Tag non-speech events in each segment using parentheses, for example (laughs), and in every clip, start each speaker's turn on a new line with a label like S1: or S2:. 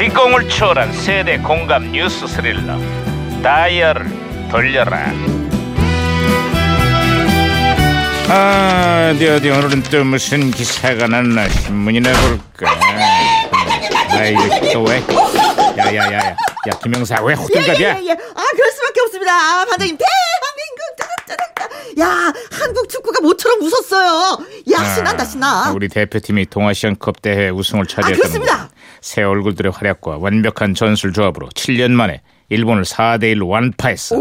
S1: 폭동을 초월한 세대 공감 뉴스 스릴러 다이얼 돌려라 아 어디 어디 오늘은 또 무슨 기사가 났나 신문이나 볼까 아이 또왜 야야야야 야 김영사 왜 호들갑이야
S2: 예, 예, 예. 아, 그럴 수밖에 없습니다. 아, 반장님, 대한민국 짜잔짜잔짜. 야, 한국 축구가 모처럼 웃었어요. 야, 신난다, 신나.
S1: 아, 우리 대표팀이 동아시안컵 대회 우승을
S2: 아,
S1: 차지했던
S2: 그렇습니다.
S1: 곳. 새 얼굴들의 활약과 완벽한 전술 조합으로 7년 만에 일본을 4대 1로 완파했어.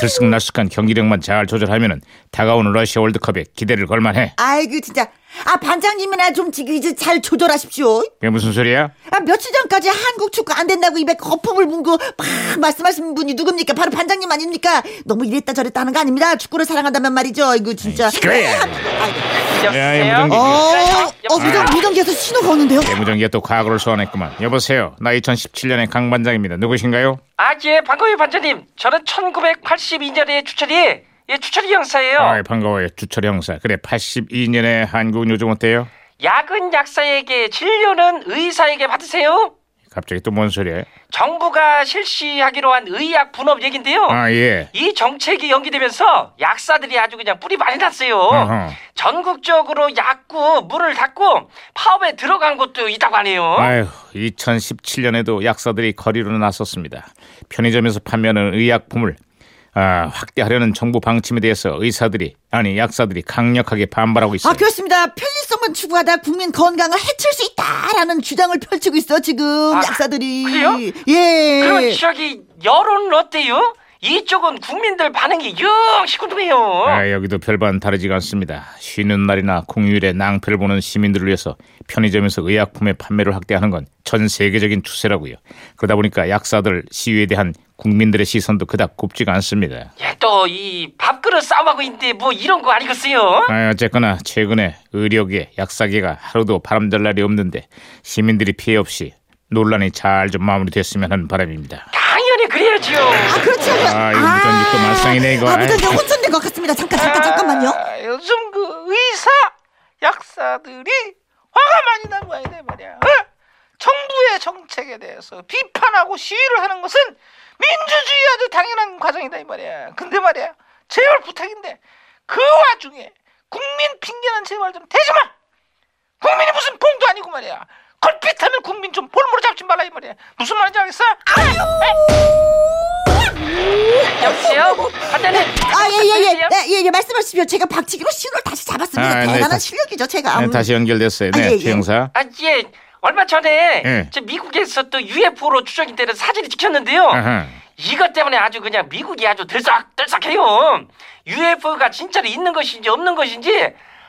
S1: 들쑥날쑥한 경기력만 잘 조절하면은 다가오는 러시아 월드컵에 기대를 걸만해.
S2: 아이고, 진짜. 아, 반장님이나 좀 지금 이제 잘 조절하십시오.
S1: 그게 무슨 소리야?
S2: 아, 며칠 전까지 한국 축구 안 된다고 입에 거품을 문고 막 말씀하신 분이 누굽니까? 바로 반장님 아닙니까? 너무 이랬다 저랬다 하는 거 아닙니다. 축구를 사랑한다면 말이죠. 아이고, 진짜.
S1: 그래. 야,
S3: 예,
S1: 이 무전기.
S2: 어,
S3: 아,
S2: 어,
S1: 아.
S2: 무전, 무전기에서 신호가 오는데요?
S1: 대무정기가 또 과거를 소환했구만. 여보세요. 나 2017년의 강 반장입니다. 누구신가요?
S3: 아, 예, 반가워요, 반장님. 저는 1982년에 주철이, 예, 주철이 형사예요.
S1: 아이 반가워요. 주철 형사. 그래 82년의 한국 은 요즘 어때요?
S3: 약은 약사에게, 진료는 의사에게 받으세요.
S1: 갑자기 또 뭔 소리야?
S3: 정부가 실시하기로 한 의약 분업 얘긴데요.
S1: 아 예.
S3: 이 정책이 연기되면서 약사들이 아주 그냥 뿌리 많이 났어요.
S1: 어허.
S3: 전국적으로 약국 문을 닫고 파업에 들어간 곳도 있다고 하네요.
S1: 아휴, 2017년에도 약사들이 거리로 나섰습니다. 편의점에서 판매하는 의약품을 아, 확대하려는 정부 방침에 대해서 의사들이 아니 약사들이 강력하게 반발하고 있어요.
S2: 아, 그렇습니다. 편리성만 추구하다 국민 건강을 해칠 수 있다라는 주장을 펼치고 있어, 지금
S3: 아,
S2: 약사들이.
S3: 그래요?
S2: 예.
S3: 그럼 저기 여론은 어때요? 이쪽은 국민들 반응이 영 시큰둥해요.
S1: 아, 여기도 별반 다르지가 않습니다. 쉬는 날이나 공휴일에 낭패를 보는 시민들을 위해서 편의점에서 의약품의 판매를 확대하는 건 전 세계적인 추세라고요. 그러다 보니까 약사들 시위에 대한 국민들의 시선도 그닥 곱지가 않습니다.
S3: 예, 또 이 밥그릇 싸움하고 있는데 뭐 이런 거 아니겠어요?
S1: 아, 어쨌거나 최근에 의료계, 약사계가 하루도 바람잘 날이 없는데 시민들이 피해 없이 논란이 잘 좀 마무리됐으면 하는 바람입니다. 네,
S3: 당연히 그래야지요.
S2: 아, 그렇지 않아요.
S1: 아, 이거 무전기 또 말썽이네, 이거.
S2: 아, 무전기 혼선된 것 같습니다. 잠깐, 잠깐, 잠깐만요.
S3: 아, 요즘 그 의사, 약사들이 화가 많이 나고 해야 돼 말이야. 어? 정부의 정책에 대해서 비판하고 시위를 하는 것은 민주주의 아주 당연한 과정이다 이 말이야. 근데 말이야, 제발 부탁인데 그 와중에 국민 핑계는 제발 좀 대지 마. 국민이 무슨 봉도 아니고 말이야. 걸핏하면 국민 좀 볼모로 잡지 말라 이 말이야. 무슨 말인지 알겠어? 여보세요? 반장님.
S2: 어, 아, 예, 예, 예. 예, 예, 예, 말씀하십시오. 제가 박치기로 신호를 다시 잡았습니다.
S1: 아, 네,
S2: 대단한
S1: 다시-
S2: 실력이죠, 제가. 음.
S1: 네, 다시 연결됐어요. 네,
S2: 아, 예, 예.
S1: 최 형사.
S3: 아, 예. 얼마 전에
S1: 예.
S3: 저 미국에서 또 UFO로 추정이 되는 사진이 찍혔는데요.
S1: 아하.
S3: 이것 때문에 아주 그냥 미국이 아주 들썩들썩해요. UFO가 진짜로 있는 것인지 없는 것인지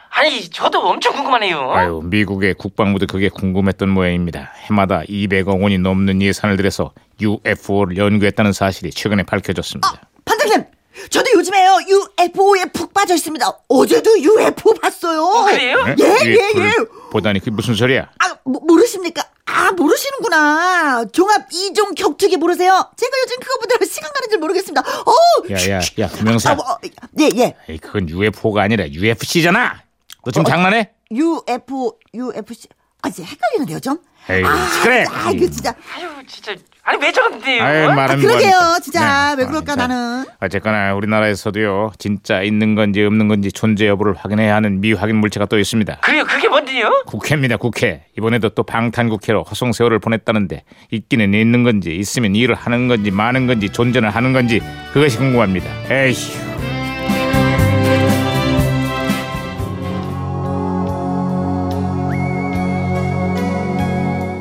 S3: 아니 저도 엄청
S2: 어?
S3: 궁금하네요.
S1: 아유, 미국의 국방부도 그게 궁금했던 모양입니다. 해마다 200억 원이 넘는 예산을 들여서 UFO를 연구했다는 사실이 최근에 밝혀졌습니다.
S2: 반장님, 저도 요즘에요, UFO에 푹 빠져 있습니다. 어제도 UFO 봤어요.
S3: 그래요?
S1: 네?
S2: 예, 예,
S1: UFO
S2: 예.
S1: 를 보다니 그게 무슨 소리야?
S2: 아, 모, 모르십니까? 아, 모르시는구나. 종합 이종 격투기 모르세요? 제가 요즘 그거 보느라 시간 가는 줄 모르겠습니다. 어,
S1: 야, 야, 야, 김영사.
S2: 아, 뭐, 어, 예, 예.
S1: 에이, 그건 UFO가 아니라 UFC잖아. 너
S2: 어,
S1: 지금 장난해?
S2: UFO, UFC. 아, 이제 헷갈리는데요, 좀?
S1: 에이,
S2: 아,
S1: 그래. 음.
S2: 아, 이거 진짜.
S3: 아유 진짜 아니 왜 저런데요?
S1: 아유, 말은
S2: 아, 그러게요,
S1: 뭐하니까.
S2: 진짜. 왜 그럴까,
S1: 자,
S2: 나는.
S1: 어쨌거나 우리나라에서도요 진짜 있는 건지 없는 건지 존재 여부를 확인해야 하는 미확인 물체가 또 있습니다.
S3: 그래요 그게 뭔데요?
S1: 국회입니다 국회 이번에도 또 방탄국회로 허송 세월을 보냈다는데 있기는 있는 건지 있으면 일을 하는 건지 많은 건지 존재를 하는 건지 그것이 궁금합니다. 에이씨.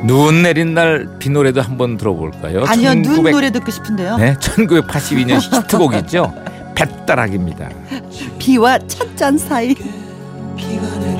S4: 눈 내린 날 비 노래도 한번 들어볼까요?
S2: 아니요, 눈
S4: 1900
S2: 노래 듣고 싶은데요.
S4: 네, 1982년 히트곡 (laughs) 있죠. 뱃다락입니다.
S2: 비와 찻잔 사이.
S5: 비가 내려